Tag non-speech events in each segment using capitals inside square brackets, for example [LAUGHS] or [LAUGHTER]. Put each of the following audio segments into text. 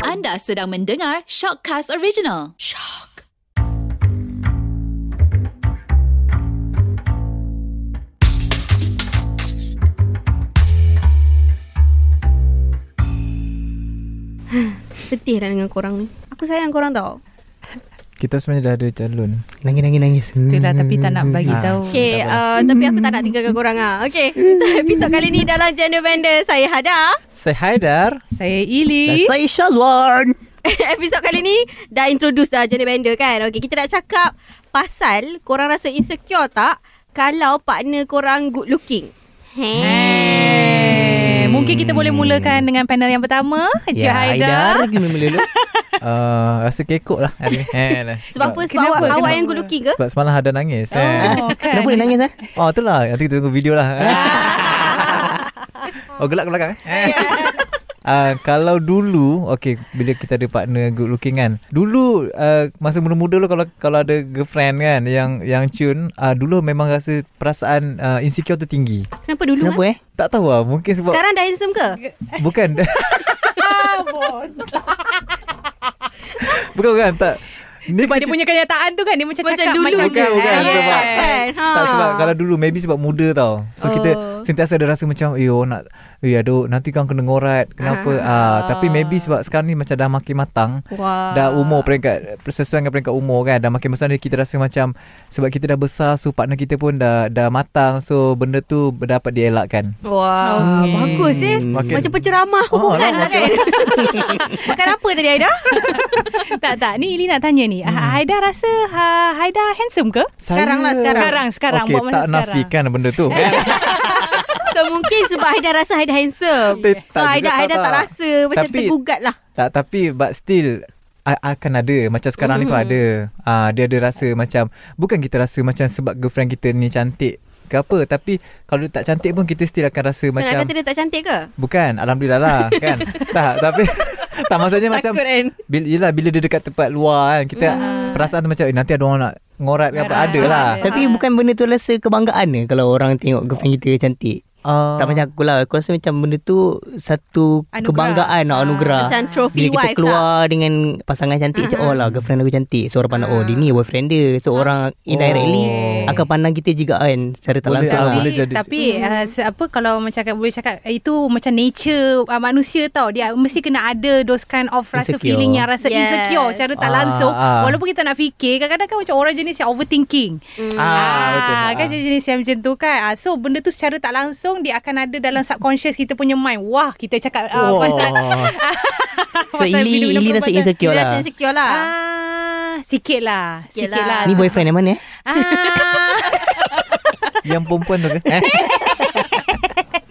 Anda sedang mendengar Shockcast Original. Shock. Sedih lah dengan korang ni Aku sayang korang tau Kita sebenarnya dah ada calon Nangis-nangis-nangis Itulah lah, tapi tak nak bagi Ah. tahu. Okay uh, Tapi aku tak nak tinggalkan korang lah Okay [LAUGHS] Untuk episod kali ni dalam Gender Bender Saya Hada [LAUGHS] Saya Haidar Saya Dan Ili. saya Shalwan Episod kali ni Dah introduce dah Gender Bender kan Okay kita nak cakap Pasal korang rasa insecure tak Kalau partner korang good looking Hmm. Hei Eh, mungkin kita boleh mulakan dengan panel yang pertama, [LAUGHS] Cik ya, Haidar. Gimana mula [LAUGHS] dulu uh, Rasa kekok lah hari ni [LAUGHS] eh, lah. Sebab apa? Sebab Kenapa? awak, awak Kenapa? yang good looking ke? Sebab semalam ada nangis eh. Oh, kan? Kenapa dia nangis eh Oh tu lah Nanti kita tunggu [LAUGHS] video lah Oh gelap ke belakang eh? Uh, kalau dulu Okay Bila kita ada partner good looking kan Dulu uh, Masa muda-muda lu Kalau kalau ada girlfriend kan Yang yang cun uh, Dulu memang rasa Perasaan uh, insecure tu tinggi Kenapa dulu? Kenapa eh? eh Tak tahu lah Mungkin sebab Sekarang dah handsome ke? Bukan Bukan bukan tak Ni Sebab dia kecil- punya kenyataan tu kan dia macam, Macam cakap dulu macam Bukan, je. bukan, Eh, sebab- Kan? Ha. tak sebab kalau dulu maybe sebab muda tau. So oh. kita Oh. sentiasa ada rasa macam yo nak eh aduh nanti kau kena ngorat. Kenapa? Ah, tapi maybe sebab sekarang ni macam dah makin matang. Wah. Dah umur peringkat Sesuai dengan peringkat umur kan Dah makin besar ni Kita rasa macam Sebab kita dah besar So partner kita pun dah Dah matang So benda tu Dapat dielakkan Wah, okay. bagus eh. Hmm. Makin- Oh, Macam penceramah hubungan lah kan. [LAUGHS] Makan apa tadi Aida? [LAUGHS] tak tak ni Ili nak tanya ni. Hmm. Haidar rasa ha, Haidar handsome ke? Sekarang lah, sekarang. Sekarang sekarang okay, buat masa tak sekarang. nafikan benda [LAUGHS] tu So mungkin sebab Aida rasa Aida handsome. Eh, So tak Aida juga, tak, Aida tak tak. rasa macam Tapi- tergugat lah. Tak tapi but still a- akan ada macam sekarang mm-hmm. ni pun ada ah dia ada rasa macam bukan kita rasa macam sebab girlfriend kita ni cantik ke apa tapi kalau dia tak cantik pun kita still akan rasa So nak macam kata dia tak cantik ke? bukan alhamdulillah lah kan tak tapi tak maksudnya macam Takut kan? bila yelah bila dia dekat tempat luar kan kita perasaan tu macam eh, nanti ada orang nak ngorat ke apa Ngorat. ada lah Ada. Tapi bukan benda tu rasa kebanggaan ke Kalau orang tengok girlfriend kita cantik Ah, Tak macam aku lah Aku rasa macam benda tu Satu Anugerah. kebanggaan lah, Anugerah Macam trophy Bila kita wife keluar dengan pasangan cantik uh-huh. Oh lah girlfriend aku cantik So orang pandang Oh dia ni boyfriend dia So orang indirectly Oh. Akan pandang kita juga kan Secara tak Boleh langsung lah, lah boleh. Tapi, jadi. tapi uh, se- apa kalau macam kat- boleh cakap eh, itu macam nature uh, manusia tau dia mesti kena ada those kind of rasa Insecure. feeling yang rasa Yes. insecure secara tak Ah, langsung ah. walaupun kita nak fikir kadang-kadang kan macam orang jenis yang overthinking Ah, kan jenis jenis yang macam tu kan. Ah, so benda tu secara tak langsung dia akan ada dalam subconscious kita punya mind. Wah, kita cakap uh, Wah. pasal [LAUGHS] So pasal Ili, minum-minum Ili rasa perubatan. insecure Dia kan? rasa lah insecure lah. Ah, sikit lah. Sikit Sikit lah. lah. Ni boyfriend yang mana eh Ah, [LAUGHS] yang perempuan tu ke eh?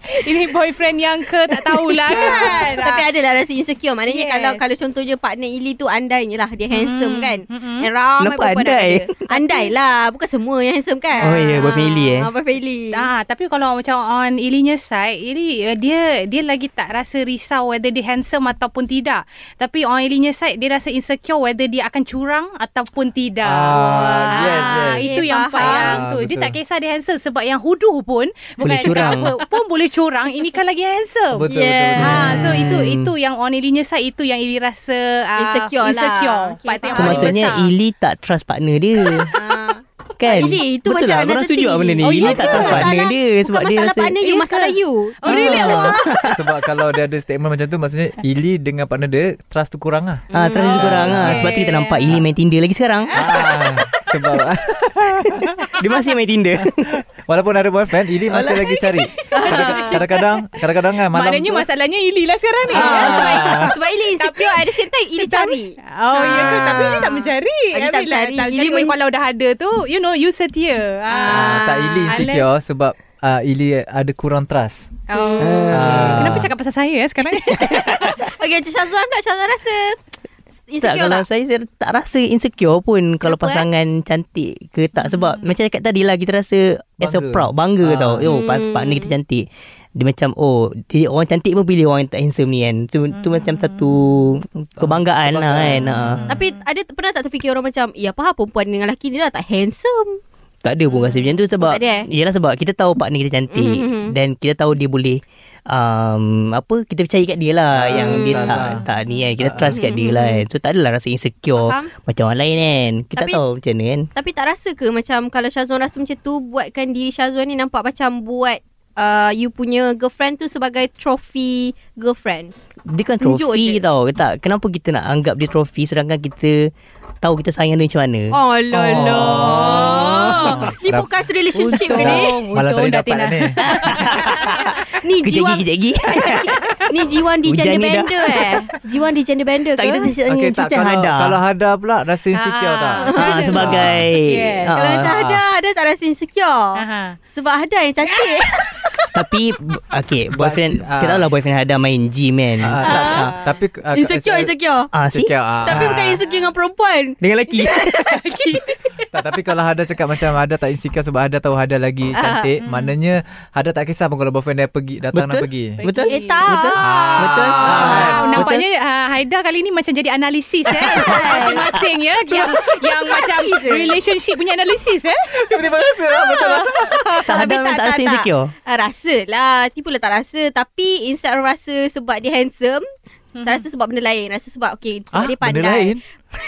ini boyfriend yang ke tak tahulah kan. Tapi ada lah rasa insecure Maknanya Yes. Hmm, kalau kalau contohnya partner Ili tu andainya lah Dia handsome kan And ramai Kenapa perempuan nak andai? ada. Andai lah Bukan semua yang handsome kan Oh, ya, boyfriend Ili, eh? Ah, Boyfriend Ili Ah, tapi kalau macam on Ilinya side, Ili eh, dia dia lagi tak rasa risau whether dia handsome ataupun tidak. Tapi on Ilinya side dia rasa insecure whether dia akan curang ataupun tidak. Ah, yes, yes. itu Okay, yang faham. yang Ah, tu. Dia betul. tak kisah dia handsome sebab yang hudu pun Boleh bukan curang. apa, pun boleh curang. Ini kan lagi handsome. betul betul, Yeah. betul. Hmm. Ha, so itu itu yang on Ilinya side itu yang Ili rasa uh, Insecure lah. insecure. Okay, Part tu yang So Ah, paling maksudnya besar. Ili tak trust partner dia Ah. Kan Ili, itu Betul macam lah another Korang setuju thing. lah benda ni Oh, Ili ya tak ke? trust partner Masalah- dia Sebab Bukan dia masalah rasa partner you Ya ke? Masalah you Oh, really? Ah. [LAUGHS] Sebab kalau dia ada statement macam tu Maksudnya Ili dengan partner dia Trust tu kurang lah Ah, terasa oh, kurang ah. Sebab tu kita nampak Ili main Tinder lagi [LAUGHS] sekarang. ah, Sebab [LAUGHS] Dia masih main Tinder. Walaupun ada boyfriend Ili masih lagi cari Kadang-kadang Kadang-kadang kan malam Maknanya tu, masalahnya Ili lah sekarang ni. Ah. Ah. Sebab Ili insecure At the same time Ili cari Oh ya ke Ah. Tapi dia tak mencari Ah, dia tak I mean, like, mencari. tak Ili mencari. men- Kalau dah ada tu You know you setia ah, Tak Ili insecure Sebab ah, Ili ada kurang trust oh. Ah. Kenapa cakap pasal saya eh, [LAUGHS] sekarang Okay macam Syazwan pula Syazwan rasa tak, Insecure kalau tak? saya, saya tak rasa insecure pun Kenapa, eh? kalau Hmm. pasangan cantik ke tak. Sebab macam cakap tadi lah kita rasa as a Bangga. proud, bangga Ah. tau. Yo, pas Hmm. partner kita cantik. Dia macam oh Jadi orang cantik pun pilih orang yang tak handsome ni kan Tu, Hmm. tu macam satu kebanggaan, lah kan ah. Tapi ada pernah tak terfikir orang macam Ya apa perempuan dengan lelaki ni lah Tak handsome Tak ada pun rasa macam tu tak sebab ada, eh? Yelah sebab kita tahu partner kita cantik mm-hmm. dan kita tahu dia boleh um, apa kita percaya kat dia Ah, lah yang dia trust tak lah. tak ni kan kita trust kat dia lah kan. So tak adalah rasa insecure mm-hmm. Faham. macam orang lain kan. Kita Tapi- Tapi, tahu macam mana kan. Tapi tak rasa ke macam kalau Syazwan rasa macam tu buatkan diri Syazwan ni nampak macam buat uh, you punya girlfriend tu sebagai trofi girlfriend. Dia kan Tunjuk je. trofi tau. Tak kenapa kita nak anggap dia trofi sedangkan kita tahu kita sayang dia macam mana. Oh lah [LAUGHS] lah. Ni Rap- podcast relationship ke ni? Untung, Malam untung tadi dah dapat Tina. ni Ni Kejap jiwa lagi, [LAUGHS] kejap lagi. ni jiwan di Hujan gender ni dah. bender [LAUGHS] eh. Jiwan di gender bender tak ke? kita sayang Okay okay, tak kita kalau, hada. kalau hada pula Rasa insecure Ah. tak Ah, sebagai Yes. Ah, Kalau ah. macam ada dia tak rasa insecure. Aha. Sebab ada yang cantik. Ah, Tapi b- Okay Boyfriend Pasti, ah. Kita tahu lah boyfriend Hada main gym kan Ah, tak, tak. Tapi ah, insecure insecure. Ah, see? Insecure ah. Tapi bukan insecure dengan perempuan. Dengan [LAUGHS] lelaki tak, Tapi kalau Hada cakap macam Hada tak insecure Sebab Hada tahu Hada lagi cantik Maknanya Hada tak kisah pun Kalau boyfriend dia pergi Datang dan Betul? pergi Betul? Eh tak. Betul? Ah, Betul? nampaknya uh, Haida kali ni macam jadi analisis [LAUGHS] eh masing-masing ya yang yang macam relationship punya analisis eh. Tiba-tiba rasa lah, Betul lah Tak ada tak, tak rasa insecure Ah, rasa lah. Tipu lah tak rasa. Tapi instead of rasa sebab dia handsome, Hmm. saya rasa sebab benda lain Rasa sebab okay, Sebab Ah, dia benda pandai lain?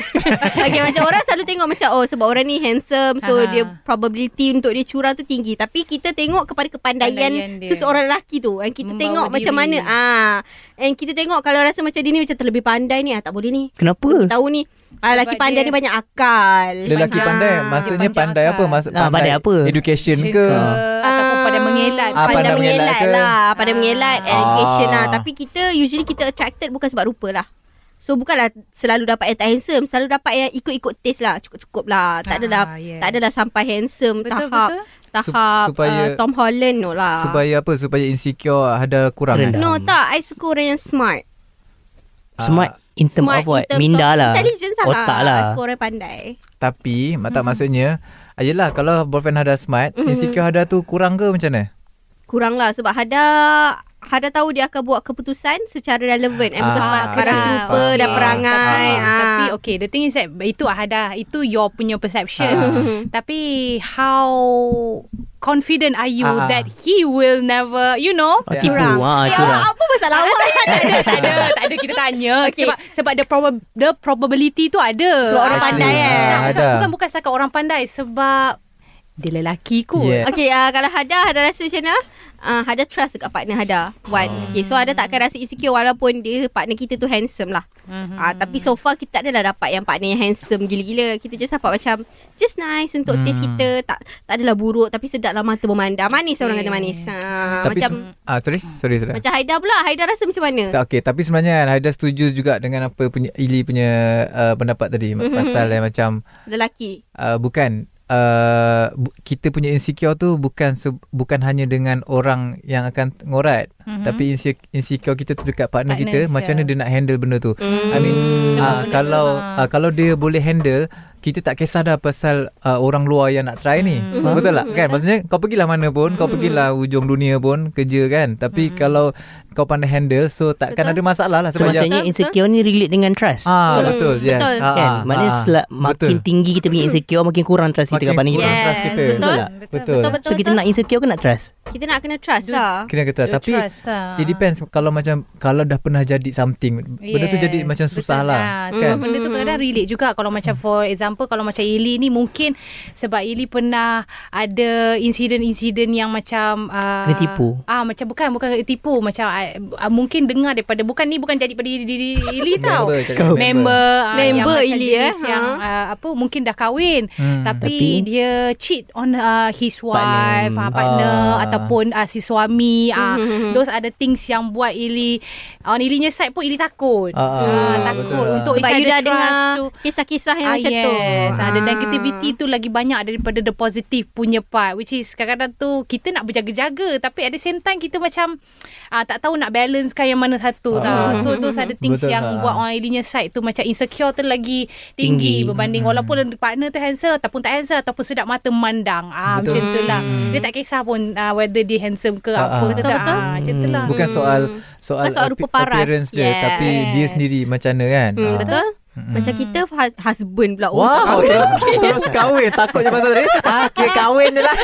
[LAUGHS] okay, Macam orang selalu tengok macam Oh sebab orang ni handsome So Aha. dia probability untuk dia curang tu tinggi Tapi kita tengok kepada kepandaian Kepandaian dia. Seseorang lelaki tu And kita Membawa tengok diri. macam mana ah, And kita tengok kalau rasa macam dia ni Macam terlebih pandai ni ah, Tak boleh ni Kenapa? Tahu ni ah, Lelaki Sebab pandai dia- ni banyak akal Lelaki Ah. pandai Maksudnya Dia panjang pandai apa akal. Maksud, Ah, pandai apa? Education Ke, ke ataupun pada mengelat. Ah, pandai, pandai mengelat mengelat ke? lah Pandai mengelat Ah. Education lah Ah. Tapi kita Usually kita attracted Bukan sebab rupa lah So bukanlah selalu dapat yang tak handsome Selalu dapat yang ikut-ikut taste lah Cukup-cukup lah Tak Ah, adalah yes. Tak adalah sampai handsome Betul, Tahap betul. Tahap Sup- supaya- uh, Tom Holland no lah Supaya apa Supaya insecure Hada kurang eh? Rendah. No tak I suka orang yang smart Smart In term Smart of what? in terms Minda of lah Intelligence lah Otak I lah suka orang yang pandai Tapi hmm. Tak maksudnya Ayolah kalau boyfriend Hada smart hmm. Insecure Hada tu kurang ke macam mana Kurang lah Sebab Hada Hada tahu dia akan buat keputusan Secara relevan And bukan Ah, sebab okay. Barang Ah, serupa okay. Dan perangai Tapi, Ah. tapi okay, the thing is that itu ada itu your punya perception. Ah. [LAUGHS] Tapi how confident are you Ah. that he will never, you [LAUGHS] know? Ah, Tipu ah, Eh, Curang Apa masalah awak tak ada, tak ada, tak ada kita tanya [LAUGHS] Okay. okay. sebab sebab the prob the probability tu ada. Sebab orang Ah. pandai, eh. Tak, Ada. tak, bukan bukan setakat orang pandai sebab dia lelaki kot. Yeah. Okay, uh, kalau Hada, Hada rasa macam mana? Uh, Hada trust dekat partner Hada. One. Oh. Okay, so Hada tak akan rasa insecure walaupun dia partner kita tu handsome lah. Mm-hmm. Uh, tapi so far kita tak adalah dapat yang partner yang handsome gila-gila. Kita just dapat macam just nice untuk mm. taste kita. Tak tak adalah buruk tapi sedap lah mata memandang. Manis yeah. orang kata manis. Uh, Tapi macam se- ah, Sorry Sorry Sarah. macam Haida pula. Haida rasa macam mana? Tak okey tapi sebenarnya kan Haida setuju juga dengan apa punya Ili punya uh, pendapat tadi mm-hmm. pasal yang macam Lelaki. uh, bukan uh, bu- kita punya insecure tu bukan se- bukan hanya dengan orang yang akan t- ngorat mm-hmm. tapi inse- insecure kita tu dekat partner, Mhm. Partner, Hmm. partner kita macam mana dia nak handle benda tu. Mm. I mean Semua uh, benda tu, kalau ha. uh, kalau dia boleh handle kita tak kisah dah pasal uh, orang luar yang nak try ni. Hmm. Mm. Betul tak? Kan maksudnya kau pergilah mana pun, kau pergilah hujung dunia pun kerja kan. Hmm. Tapi mm. kalau kau pandai handle so takkan Betul. ada masalah lah So sebab yang- maksudnya Betul, insecure ni relate dengan trust Ah Hmm. betul yes. Betul. Ah, Kan? ah, Maknanya ah. sel- makin Betul. tinggi kita Hmm. punya insecure Makin kurang trust kita makin dengan partner kita kurang Yes, trust kita. betul. Betul tak? Betul. Betul, betul, So kita betul. nak insecure ke nak trust? Kita nak kena trust lah. Kena kata Dia tapi trust lah. it depends kalau macam kalau dah pernah jadi something benda tu jadi macam susah betul Ah, lah. Sebab Mm-hmm. benda tu kadang-kadang relate juga kalau macam for example kalau macam Ili ni mungkin sebab Ili pernah ada insiden-insiden yang macam uh, Kena tipu. Ah macam bukan bukan kena tipu macam uh, mungkin dengar daripada bukan ni bukan jadi pada diri, diri Ili tau. [LAUGHS] Member, cakap member member. ah, Member yang macam Ili, jenis eh. yang Ha. uh, apa mungkin dah kahwin Hmm. tapi, Tapi- dia cheat on uh, his wife, partner, uh, partner Ah. ataupun uh, si suami ah Hmm, uh, those are the things yang buat Ili on Ilinya side pun Ili takut. Ah, ah, Ah, betul takut lah. untuk Sebab inside you the dah trust dengar tu. kisah-kisah yang Ah, macam yes. tu. Ah, the Ah. negativity tu lagi banyak daripada the positive punya part which is kadang-kadang tu kita nak berjaga-jaga tapi at the same time kita macam ah, tak tahu nak balancekan yang mana satu Ah. tau. So those are the things Betul ah. yang tak? buat orang Ilinya side tu macam insecure tu lagi tinggi, Tinggi. berbanding Hmm. walaupun partner tu handsome ataupun tak handsome ataupun sedap mata memandang. Ah Betul. Hmm. macam tu lah. Dia tak kisah pun ah, whether dia handsome ke Ah, apa ah. ke. Betul-betul. Ah, macam tu lah. Bukan soal soal, Bukan Kan soal api- rupa paras. appearance dia Yes. tapi dia sendiri macam mana kan. Hmm, Ah. betul? Mm-hmm. Macam kita hus- husband pula. Oh, tak Wow tahu. [LAUGHS] Terus, terus kahwin Takutnya pasal tadi ah, Kira kahwin je lah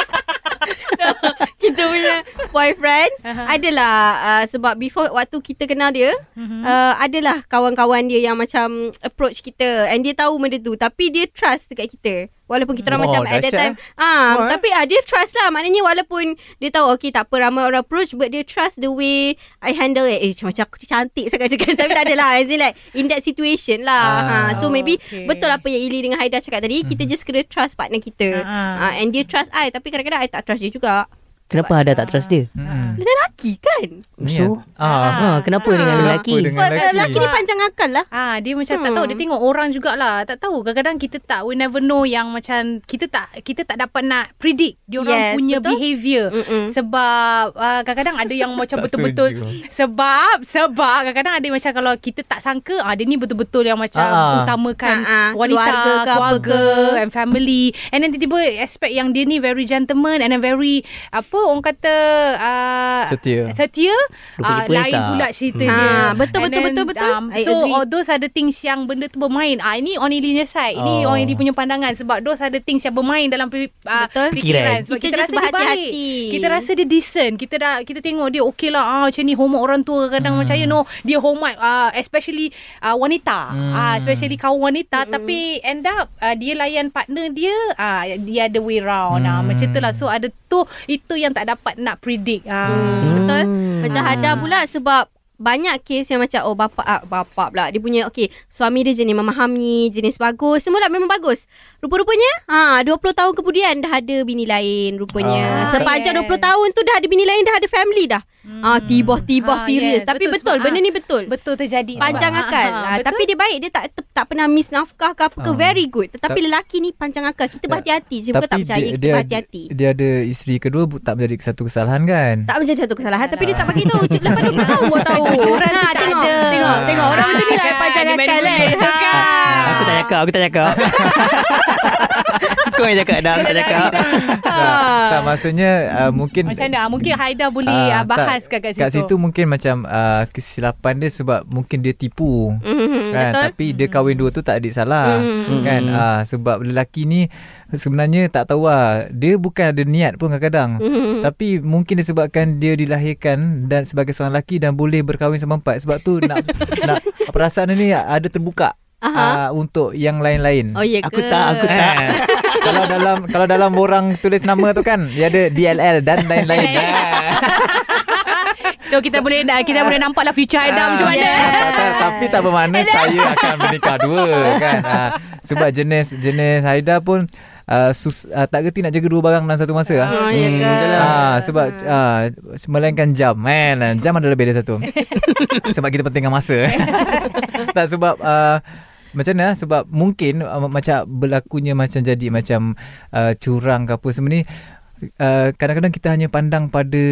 [LAUGHS] kita punya boyfriend adalah uh, sebab before waktu kita kenal dia Mhm. uh, adalah kawan-kawan dia yang macam approach kita and dia tahu benda tu tapi dia trust dekat kita walaupun kita orang Wow, macam at that dahsyat, time ah Wah, eh. tapi ah dia trust lah maknanya walaupun dia tahu okay tak apa ramai orang approach but dia trust the way I handle it eh macam aku cantik sangat cakap [LAUGHS] tapi tak adalah as in like in that situation lah Ah. ha, so maybe Okay. betul apa yang Ili dengan Haida cakap tadi kita just kena trust partner kita Ah, Ah. and dia trust I tapi kadang-kadang I tak trust dia juga Kenapa Hada tak trust [LAUGHS] dia Mm-mm. Lelaki kan So Ah. ah, Kenapa Ah. ya. dengan Kenapa lelaki dengan- Sebab lelaki. lelaki. lelaki ni panjang akal lah Ah, dia macam hmm. tak Hmm. tahu dia tengok orang jugalah. Tak tahu kadang-kadang kita tak we never know yang macam kita tak kita tak dapat nak predict dia orang yes, Yes, punya betul? betul. behavior. Mm-mm. Sebab uh, kadang-kadang ada [LAUGHS] yang macam Tak betul-betul setuju. sebab sebab kadang-kadang ada yang macam kalau kita tak sangka ah dia ni betul-betul yang macam Ah. utamakan Ah, ah. wanita, keluarga, Keluarga ke apa keluarga ke. and family. And then tiba-tiba aspect yang dia ni very gentleman and then very apa orang kata uh, Setia. Setia. Rupanya Ah, pun lain tak. pula cerita Hmm. dia. Ah, betul, And um, betul, betul, betul. I so agree. all those are the things yang benda tu bermain. Ah ini on Ilinya side. Ini Oh. on Ili punya pandangan sebab those are the things yang bermain dalam pi, ah, Betul. fikiran. Sebab Kita kita, just rasa dia baik. berhati-hati. Kita rasa dia decent. Kita dah kita tengok dia okey lah. Ah macam ni hormat orang tua kadang macam you know dia hormat ah, especially ah, wanita. Ah especially kaum wanita Hmm. tapi end up ah, dia layan partner dia ah dia ada way round. Ah macam tu lah. So ada tu itu yang tak dapat nak predict. Ah hmm. Betul Macam Hada pula sebab banyak kes yang macam oh bapa ah, bapa pula dia punya okey suami dia jenis memahami jenis bagus semua lah memang bagus rupa-rupanya ha 20 tahun kemudian dah ada bini lain rupanya Ah, sepanjang yes. 20 tahun tu dah ada bini lain dah ada family dah hmm. ah tiba-tiba Ah, serius yes. tapi Betul, betul, sebab- benda ah, ni betul Betul terjadi panjang sebab- akal. Ah, Ha, ah, betul. tapi dia baik dia tak te- tak pernah miss nafkah ke apa ke Ah. very good. Tetapi Ta- lelaki ni panjang akal. Kita berhati-hati je bukan tak percaya kita berhati-hati. dia ada isteri kedua bu- tak menjadi satu kesalahan kan? Tak menjadi satu kesalahan Tapi dia tak bagi [LAUGHS] tahu Cik, Lepas 20 tahun baru tahu Kejujuran tu Ha, tak tengok, ada. Tengok Tengok Orang Ah, macam ni lah kan. Panjang Dia akal kan main Aku tak cakap Aku tak [LAUGHS] cakap Kau yang cakap dah Aku tak cakap [LAUGHS] tak, tak maksudnya uh, mungkin Macam mana? Mungkin Haida boleh Ah, uh, bahas tak, kat, kat situ. Kat situ mungkin macam uh, kesilapan dia sebab mungkin dia tipu. Mhm, kan betul. tapi dia kahwin dua tu tak ada salah Mhm. kan ah sebab lelaki ni sebenarnya tak tahu lah dia bukan ada niat pun kadang-kadang tapi mungkin disebabkan dia dilahirkan dan sebagai seorang lelaki dan boleh berkahwin sama empat sebab tu nak nak perasaan dia ni ada terbuka uh, untuk yang lain-lain Oh ya ke Aku tak Aku tak Eh, [LAUGHS] kalau dalam kalau dalam orang tulis nama tu kan dia ada DLL dan lain-lain So kita boleh kita boleh nampak lah future Ah. Haida macam mana. Yeah. Yeah. Tak, tak, [LAUGHS] tapi tak bermakna saya akan menikah dua [LAUGHS] kan. Ah, sebab jenis jenis Haida pun uh, sus, uh, tak gerti nak jaga dua barang dalam satu masa. Oh ah. ya Hmm, ke Ah, sebab ah, melainkan jam Man, Jam adalah beda [LAUGHS] satu Sebab kita pentingkan masa [LAUGHS] Tak sebab ah, Macam mana Sebab mungkin ah, Macam berlakunya macam jadi Macam ah, curang ke apa semua ni ah, Kadang-kadang kita hanya pandang pada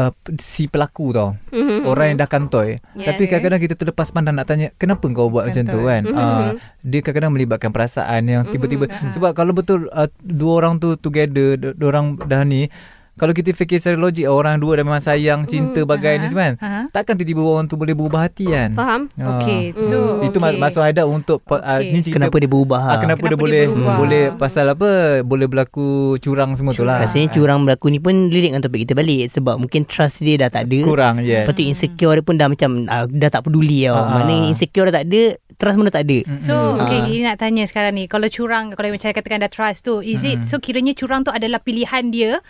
ah, Si pelaku tau Mhm. orang yang dah kantoi Yes. tapi kadang-kadang kita terlepas pandang nak tanya kenapa kau buat macam tu kan Mm-hmm. Ah, dia kadang-kadang melibatkan perasaan yang tiba-tiba sebab kalau betul ah, dua orang tu together d- dua orang dah ni kalau kita fikir secara logik orang dua dah memang sayang cinta Mm, bagai ni semua kan Aha. takkan tiba-tiba orang tu boleh berubah hati kan uh-huh. Faham Ah. Okay, so itu ma- okay. masuk Haida untuk uh, Okay. ni cerita Kenapa dia berubah ah, ha? kenapa, Kenapa dia dia boleh berubah? boleh pasal apa boleh berlaku curang semua tu lah Rasanya curang berlaku ni pun Lirik dengan topik kita balik Sebab mungkin trust dia dah tak ada kurang yes Lepas tu insecure dia pun dah macam ah, Mm. Dah tak peduli tau Ah. Maknanya insecure dah tak ada Trust mana tak ada So Hmm. okay ini nak tanya sekarang ni kalau curang kalau macam katakan dah trust tu is Hmm. it so kiranya curang tu adalah pilihan dia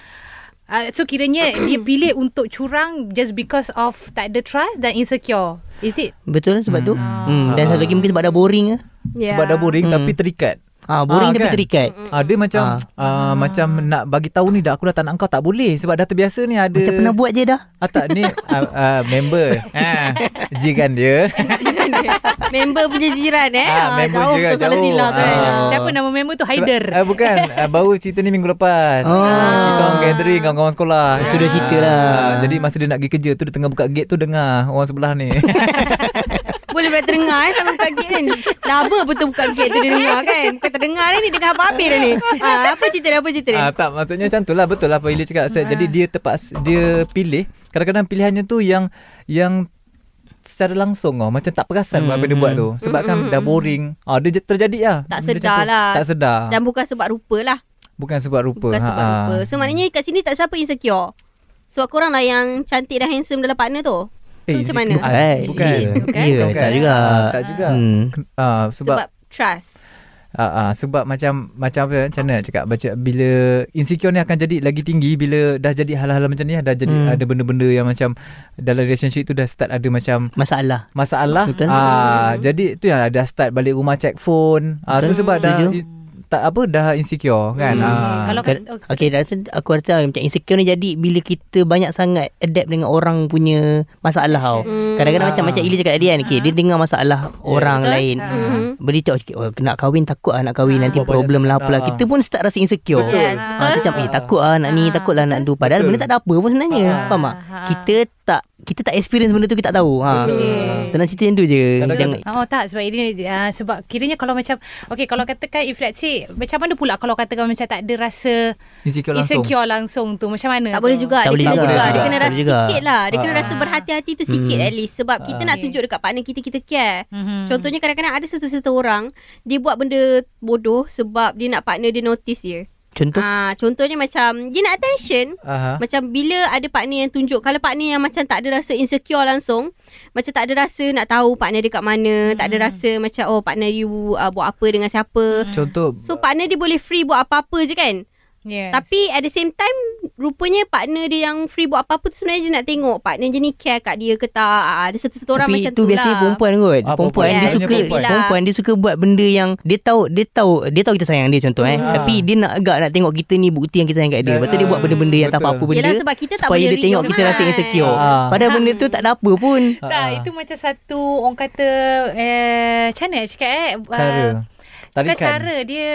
uh, so [COUGHS] kiranya dia pilih untuk curang just because of tak ada trust dan insecure is it Betul sebab tu hmm. Dan satu lagi mungkin sebab dah boring ke Ya. sebab dah boring Hmm. tapi terikat Ah, boring Ah, tapi kan? terikat Ah dia macam ah. macam nak bagi tahu ni dah aku dah tak nak kau tak boleh sebab dah terbiasa ni ada Macam pernah buat je dah Ah tak [LAUGHS] ni ah, ah, member. ah jiran dia. Member punya jiran eh Ah, Ah, member Jauh jiran, tu salah jauh. sila tu eh. Ah. siapa nama member tu Haider Ah bukan ah, baru cerita ni minggu lepas. Ah, Oh. Kita orang gathering kawan-kawan sekolah. Sudah cerita lah. Ah, jadi masa dia nak pergi kerja tu dia tengah buka gate tu dengar orang sebelah ni. [LAUGHS] Boleh berat terdengar eh Sampai buka gate kan Lama betul buka gate tu dia dengar kan Bukan terdengar ni Dia dengar apa-apa dah ni ah, Apa cerita dia Apa cerita dia Ah tak maksudnya macam tu lah betul lah apa Ili Ah. cakap. Saya, Jadi dia terpaksa dia pilih kadang-kadang pilihannya tu yang yang secara langsung oh, macam tak perasan mm. apa dia buat tu Hmm, sebab kan dah boring ah dia je- terjadi lah Tak Benda sedar macam tu. lah. tak sedar Dan bukan sebab rupa lah bukan sebab rupa Ha, Bukan sebab ha-ha. rupa So maknanya kat sini tak siapa insecure Sebab korang lah yang cantik dan handsome dalam partner tu eh, tu macam mana? bukan bukan, Ya, Bukan. ya, Bukan. tak juga. Ah, tak juga Hmm. Ah, Sebab, sebab sebab trust Uh, uh, sebab macam macam apa macam mana nak cakap baca bila insecure ni akan jadi lagi tinggi bila dah jadi hal-hal macam ni dah jadi Hmm. hmm. ada benda-benda yang macam dalam relationship tu dah start ada macam Masalah. masalah Betul. ah jadi tu yang dah start balik rumah check phone ah tu Betul. sebab dah Setuju. i, tak apa dah insecure kan Hmm. ah Kalau Kal- kan oh, okay, rasa, aku rasa macam insecure ni jadi bila kita banyak sangat adapt dengan orang punya masalah tau. Hmm. Kadang-kadang Ah. macam macam Ili cakap tadi kan, okay, dia dengar masalah orang Betul. lain. Mhm. Berita okay, oh, nak kahwin takut lah nak kahwin nanti Banyak problem lah sangat, apalah. ah. Kita pun start rasa insecure. Betul. Yes, Ah, betul. macam eh takut lah nak ni, takut lah nak tu. Padahal Betul. benda tak ada apa pun sebenarnya. Ah. Faham tak? Kita tak kita tak experience benda tu kita tak tahu. Ha. Tenang cerita yang tu je. Jangan Jangan. Oh tak sebab ini uh, sebab kiranya kalau macam okay kalau katakan if let's say macam mana pula kalau katakan macam tak ada rasa insecure langsung insecure langsung tu macam mana? Tak tu? boleh juga Dia Tak boleh kena juga. juga Dia Tak kena boleh rasa juga. sikit lah Dia kena rasa Ah. berhati-hati tu sikit Hmm. at least Sebab kita Ah. nak Okay. tunjuk dekat partner kita Kita care Mhm. Contohnya kadang-kadang ada serta-serta orang Dia buat benda bodoh Sebab dia nak partner dia notice dia contoh Ah, Contohnya macam Dia nak attention aha Ah. Macam bila ada partner yang tunjuk Kalau partner yang macam tak ada rasa insecure langsung Macam tak ada rasa nak tahu partner dia kat Hmm. mana Tak ada rasa macam oh partner you uh, buat apa dengan siapa Hmm. Hmm. contoh So partner dia boleh free buat apa-apa je kan Yes. Tapi at the same time Rupanya partner dia yang free buat apa-apa tu Sebenarnya dia nak tengok partner je ni care kat dia ke tak ah, Ada satu-satu orang Tapi macam tu tu biasanya lah perempuan kot. Ah, perempuan perempuan. dia Yes, lah. suka perempuan. perempuan. dia suka buat benda yang dia tahu dia tahu dia tahu kita sayang dia contoh eh. Hmm. Tapi dia nak agak nak tengok kita ni bukti yang kita sayang kat dia. Dan- Lepas tu dia buat benda-benda yang tak Ah, Betul. apa-apa benda. Yelah sebab kita tak supaya boleh dia read tengok your kita rasa mind. insecure. Ah. Padahal benda tu tak ada apa pun. tak Ah. itu macam satu orang kata eh macam mana nak cakap eh Uh, cara Bukan tarikan cara dia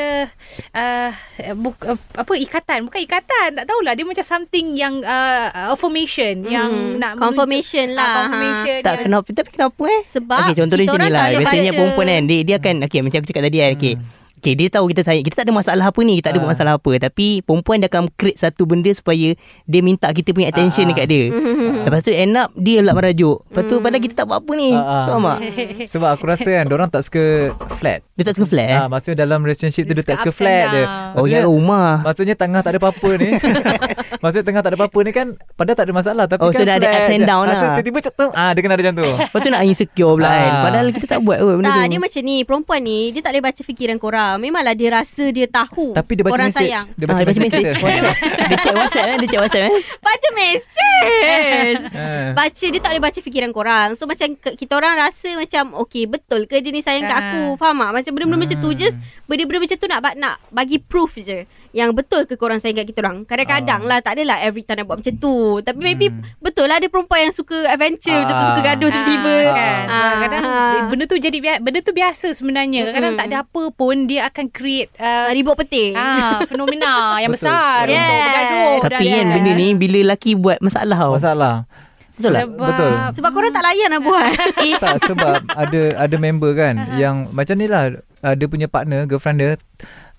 uh, buk, uh, apa ikatan bukan ikatan tak tahulah dia macam something yang uh, affirmation mm, yang Mm, nak confirmation menunjuk, lah, uh, confirmation Tak yang, kenapa Tapi kenapa eh Sebab okay, Contoh dia kita macam ni orang lah tak boleh Biasanya baca. Hmm. perempuan kan Dia, dia akan Okay macam aku cakap tadi kan Okay Okay dia tahu kita sayang Kita tak ada masalah apa ni Kita tak ada Ah. buat masalah apa Tapi perempuan dia akan create satu benda Supaya dia minta kita punya attention Ah, ah. dekat dia Hmm. Lepas tu end up Dia pula merajuk Lepas tu padahal kita tak buat apa ni Ah, ah. Faham [LAUGHS] tak? [LAUGHS] sebab aku rasa kan orang tak suka flat Dia tak suka flat eh? ah maksudnya dalam relationship tu Dia dia tak suka suka ups and flat dia down. Oh Maksudnya- ya rumah Maksudnya tengah tak ada apa-apa [LAUGHS] ni Maksudnya tengah tak ada apa-apa ni kan Padahal tak ada masalah Tapi Oh, kan so dah ada flat ups and je. down Ah, so lah. Tiba-tiba macam tu ah, Dia kena ada macam [LAUGHS] tu Lepas tu nak insecure pula kan Ah. Padahal kita tak buat kot benda Tak, tu dia macam ni. Perempuan ni, dia tak boleh baca fikiran korang. Memanglah dia rasa dia tahu Tapi dia baca orang message sayang. Dia baca Ah, message, message kita. [LAUGHS] WhatsApp [LAUGHS] Dia check WhatsApp eh Dia check WhatsApp eh Baca [LAUGHS] message. Ah. baca, dia tak boleh baca fikiran korang. So, macam ke- kita orang rasa macam, okay, betul ke dia ni sayang kat Ah. Hmm. aku? Faham tak? Macam benda-benda macam tu, just benda-benda macam tu nak, ba- nak bagi proof je. Yang betul ke korang sayang kat kita orang? Kadang-kadang lah, Ah. tak adalah every time nak buat macam tu. Tapi maybe betul lah ada perempuan yang suka adventure, macam tu Ah. suka gaduh tiba-tiba. Hmm. Ah, kan. Sebab Ah. kadang benda tu jadi bia- benda tu biasa sebenarnya. Kadang-kadang tak ada apa pun dia akan create uh, Ribut peting. ah fenomena yang Betul. besar Yes. untuk Oh, bergaduh. Tapi dan- kan benda ni Bila lelaki buat masalah tau Masalah Betul lah. tak? sebab Betul. [LAUGHS] Sebab korang tak layan lah [LAUGHS] buat. tak sebab ada ada member kan uh-huh. yang macam ni lah uh, dia punya partner girlfriend dia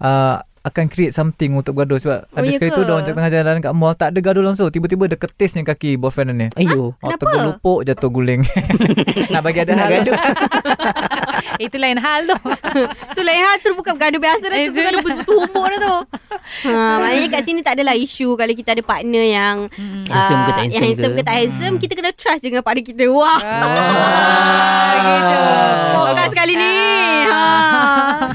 uh, akan create something untuk bergaduh sebab Oh, ada ya sekali ke? tu dia orang tengah jalan kat mall tak ada gaduh langsung tiba-tiba dia ketisnya kaki boyfriend dia ni. Ayo Oh, Kenapa? tegur lupuk jatuh [LAUGHS] guling. Nak bagi ada Nak hal. gaduh [LAUGHS] itu lain hal tu. [LAUGHS] tu lain hal tu bukan bergaduh biasa dah tu Itulah. bergaduh betul-betul umur dah tu ha, maknanya kat sini tak adalah isu kalau kita ada partner yang ah, Handsome ke tak yang handsome handsome ke? ke tak handsome kita kena trust dengan partner kita wah [LAUGHS] ah, gitu. Fokus kali ni ha.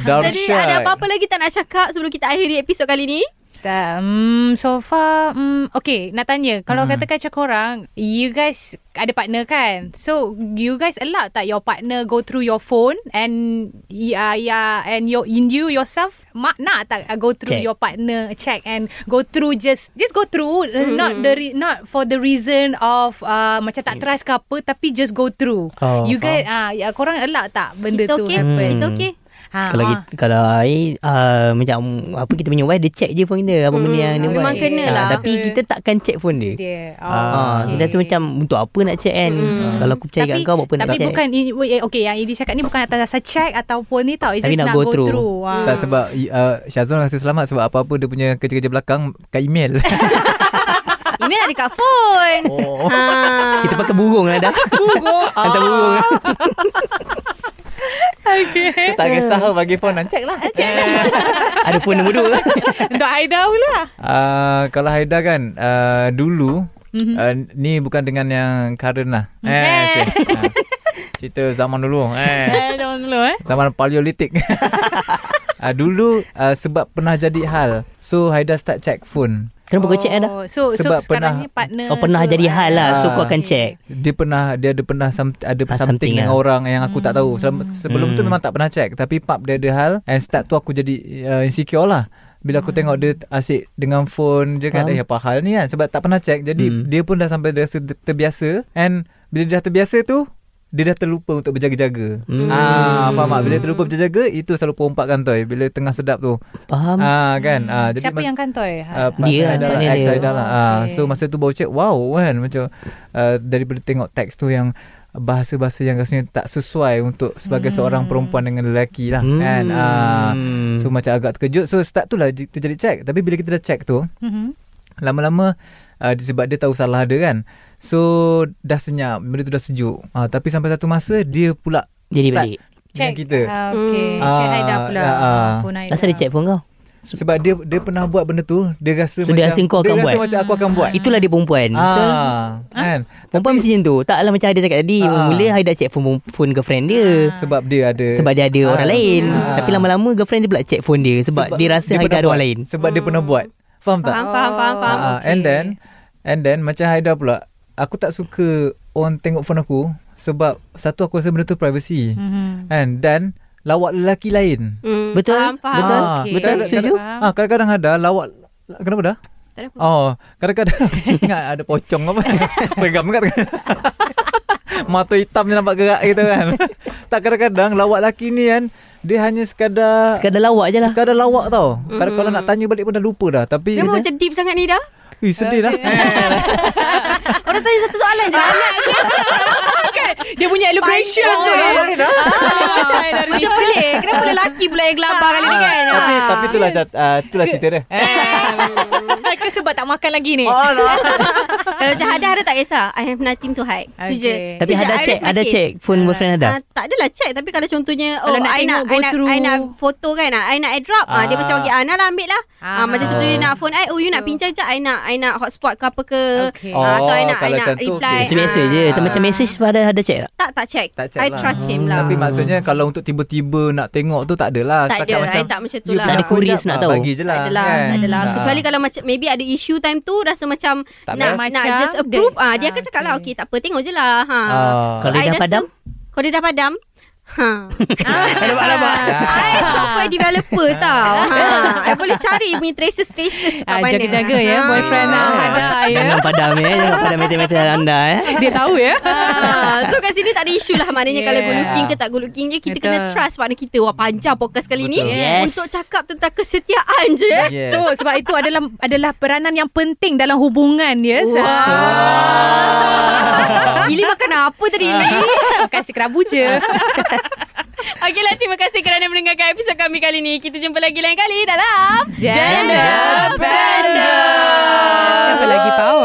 Jadi Darsyat. ada apa-apa lagi tak nak cakap Sebelum kita akhiri episod kali ni Tak, um, so far, um, okay, nak tanya. Kalau hmm. katakan macam korang, you guys ada partner kan? So, you guys allow tak your partner go through your phone and yeah, yeah, and your in you yourself mak nak tak uh, go through Check. your partner check and go through just just go through hmm. not the re, not for the reason of uh, macam tak trust ke apa tapi just go through. Oh, you guys ah uh, yeah, korang allow tak benda Kita tu okay happen? Kita Hmm. okay Ha, Kalau kita, kalau I, uh, macam apa kita punya wife dia check je phone dia apa benda yang dia memang buat. kena Ah, lah. tapi kita takkan check phone dia. dia. Oh, Ah, okay. okay. rasa macam untuk apa nak check kan? Kalau aku percaya kat kau buat apa nak Mm. tapi check? bukan ini, wait, okay yang Idi cakap ni bukan atas dasar check ataupun ni tau. It's Tapi just nak go through. [LAUGHS] Ah. [LAUGHS] Tak sebab [LAUGHS] uh, Syazwan rasa selamat sebab apa-apa dia punya kerja-kerja belakang kat email. Email ada kat [LAUGHS] phone. Oh. Ha. Kita pakai burung lah dah [LAUGHS] Burung. [LAUGHS] Ah. Hantar burung Tak kisah bagi phone lah. Check lah. Check lah. Ada phone nombor [LAUGHS] dua Untuk Aida [LAUGHS] pula. Uh, kalau Haida kan uh, dulu mm-hmm. uh, ni bukan dengan yang current lah. Eh, Eh. cik. Ah. Cerita zaman dulu. Eh. Eh, jangan dulu eh. Zaman paleolitik. [LAUGHS] uh, dulu uh, sebab pernah jadi hal. So Haida start check phone. Kenapa kau check lah dah Oh, So, so Sebab pernah- sekarang ni partner eh. Kau pernah ke? jadi hal lah So Ah. kau akan check Dia pernah dia ada pernah some, ada Ah, something, something something dengan ah. orang yang aku tak tahu. Sebelum, sebelum tu Hmm. memang tak pernah check tapi pap dia ada hal and start tu aku jadi uh, insecure lah. Bila aku tengok dia asyik dengan phone je kan Hmm. Faham. Eh apa hal ni kan Sebab tak pernah check Jadi Hmm. dia pun dah sampai dah ter- terbiasa And bila dia dah terbiasa tu Dia dah terlupa untuk berjaga-jaga Hmm. Ah, Faham tak? Bila terlupa berjaga Itu selalu perompak toy Bila tengah sedap tu Faham ah, kan ah, jadi Siapa mas- yang kantoi? Uh, Uh, Dia dia lah, dah lah, dia ex dia. saya dah lah. Oh, Ah, okay. So masa tu baru check, wow kan macam uh, daripada tengok teks tu yang bahasa-bahasa yang rasanya tak sesuai untuk sebagai hmm. seorang perempuan dengan lelaki lah hmm. kan. Ah, Hmm. so macam agak terkejut. So start tu lah j- terjadi check. Tapi bila kita dah check tu, Mm-hmm. lama-lama uh, sebab dia tahu salah dia kan. So dah senyap, benda tu dah sejuk. Ah, tapi sampai satu masa dia pula Jadi start balik dengan kita. Ah. Ah, Okay. Hmm. Check Aida pula. Ah, ah, ah. Phone Haida. Kenapa dia check phone kau Sebab dia dia pernah buat benda tu, dia rasa So, dia rasa kau dia rasa akan buat. Ah. macam aku akan buat. Itulah dia perempuan Betul? Ah, kan. Perempuan mesti macam tu Taklah macam Haida cakap tadi Ah. Mula Haida check phone, phone girlfriend Ah. dia Sebab dia ada Ah. Sebab dia ada Ah. orang lain Ah. Tapi lama-lama girlfriend dia pula check phone dia Sebab, dia rasa pernah Haida ada buat. orang lain Sebab dia pernah buat Faham tak? Hmm. Faham, faham, faham, faham. Ah, And then And then Macam Haida pula Aku tak suka Orang tengok phone aku Sebab Satu aku rasa benda tu privacy mm-hmm. And then Lawak lelaki lain Hmm, Betul? Faham, faham. Betul? Ah, Okey. Betul? Kadang- Setuju? Faham. ah, Kadang-kadang ada Lawak Kenapa dah? Tak ada apa. Oh Kadang-kadang [LAUGHS] Ingat ada pocong apa [LAUGHS] Seram kat Mata hitam je nampak gerak gitu kan [LAUGHS] Tak kadang-kadang Lawak lelaki ni kan Dia hanya sekadar Sekadar lawak je lah Kadang lawak tau Kadang kalau nak tanya balik pun dah lupa dah Tapi Kenapa macam deep sangat ni dah? Ih sedih [LAUGHS] lah Orang tanya satu soalan je. Dia punya elaboration Oh, Panjang tu. tu. eh. Ah, Macam Aida Macam pelik. Kenapa [LAUGHS] lelaki pula yang gelabah kali ni kan? Tapi, Ah. tapi itulah, cat, uh, itulah cerita dia Eh, Ke sebab tak makan lagi ni. Oh lah Kalau macam Hada, Hada tak kisah. I have nothing to hide. Itu je. Okay. Tapi Itu je. ada I check rest my Ada case. check Phone boyfriend ada Ah, tak adalah check Tapi kalau contohnya Kalau Oh nak I nak tengok, go I nak, through. I nak foto kan ah, I nak airdrop ah. Dia Ah. macam okay, ah, Nala ambil lah ah. Ah. Macam contohnya nak phone I Oh you nak pinjam je I nak I nak hotspot ke apa ke Okay. ah, Atau I Oh, nak, I kalau nak macam tu, reply okay. Itu biasa ah. je Tapi macam message pada Haida check tak Hmm. Tak tak check Tak check I lah. trust Hmm. him lah Tapi maksudnya Kalau untuk tiba-tiba Nak tengok tu Tak adalah Tak Setakat ada, macam I tak macam tu you lah. punya Tak ada curious phone nak jap, tahu. Bagi je lah Tak adalah, kan? tak adalah. Ah. Kecuali kalau macam maybe ada issue time tu rasa macam Tak nak nak best. Macam just dia- approve ah dia akan Ah, cakap lah okay. okey tak apa tengok je lah ha. Ah. Kalau dia I dah rasa- padam? Kalau dia dah padam? Ha. Alamak-alamak. Ah. I software developer [LAUGHS] tau. Ha. I boleh cari punya traces-traces dekat Ah, mana. jaga-jaga ya Ha. boyfriend ah, Hada ya. Jangan padam eh Jangan padam metal-metal anda eh [LAUGHS] Dia tahu ya. Ah, so kat sini tak ada isu lah Maknanya yeah. Yeah. kalau good looking ke tak good looking je Kita Betul. kena trust partner kita Wah panjang podcast kali ni Betul. Yes. Untuk cakap tentang kesetiaan [LAUGHS] je eh. Yes. Tu sebab itu adalah adalah peranan yang penting dalam hubungan ya. Wow. Ili makan apa tadi Ili? Kasih kerabu [LAUGHS] je. Okeylah terima kasih kerana mendengarkan episod kami kali ni. Kita jumpa lagi lain kali dalam Gender Siapa lagi Pau?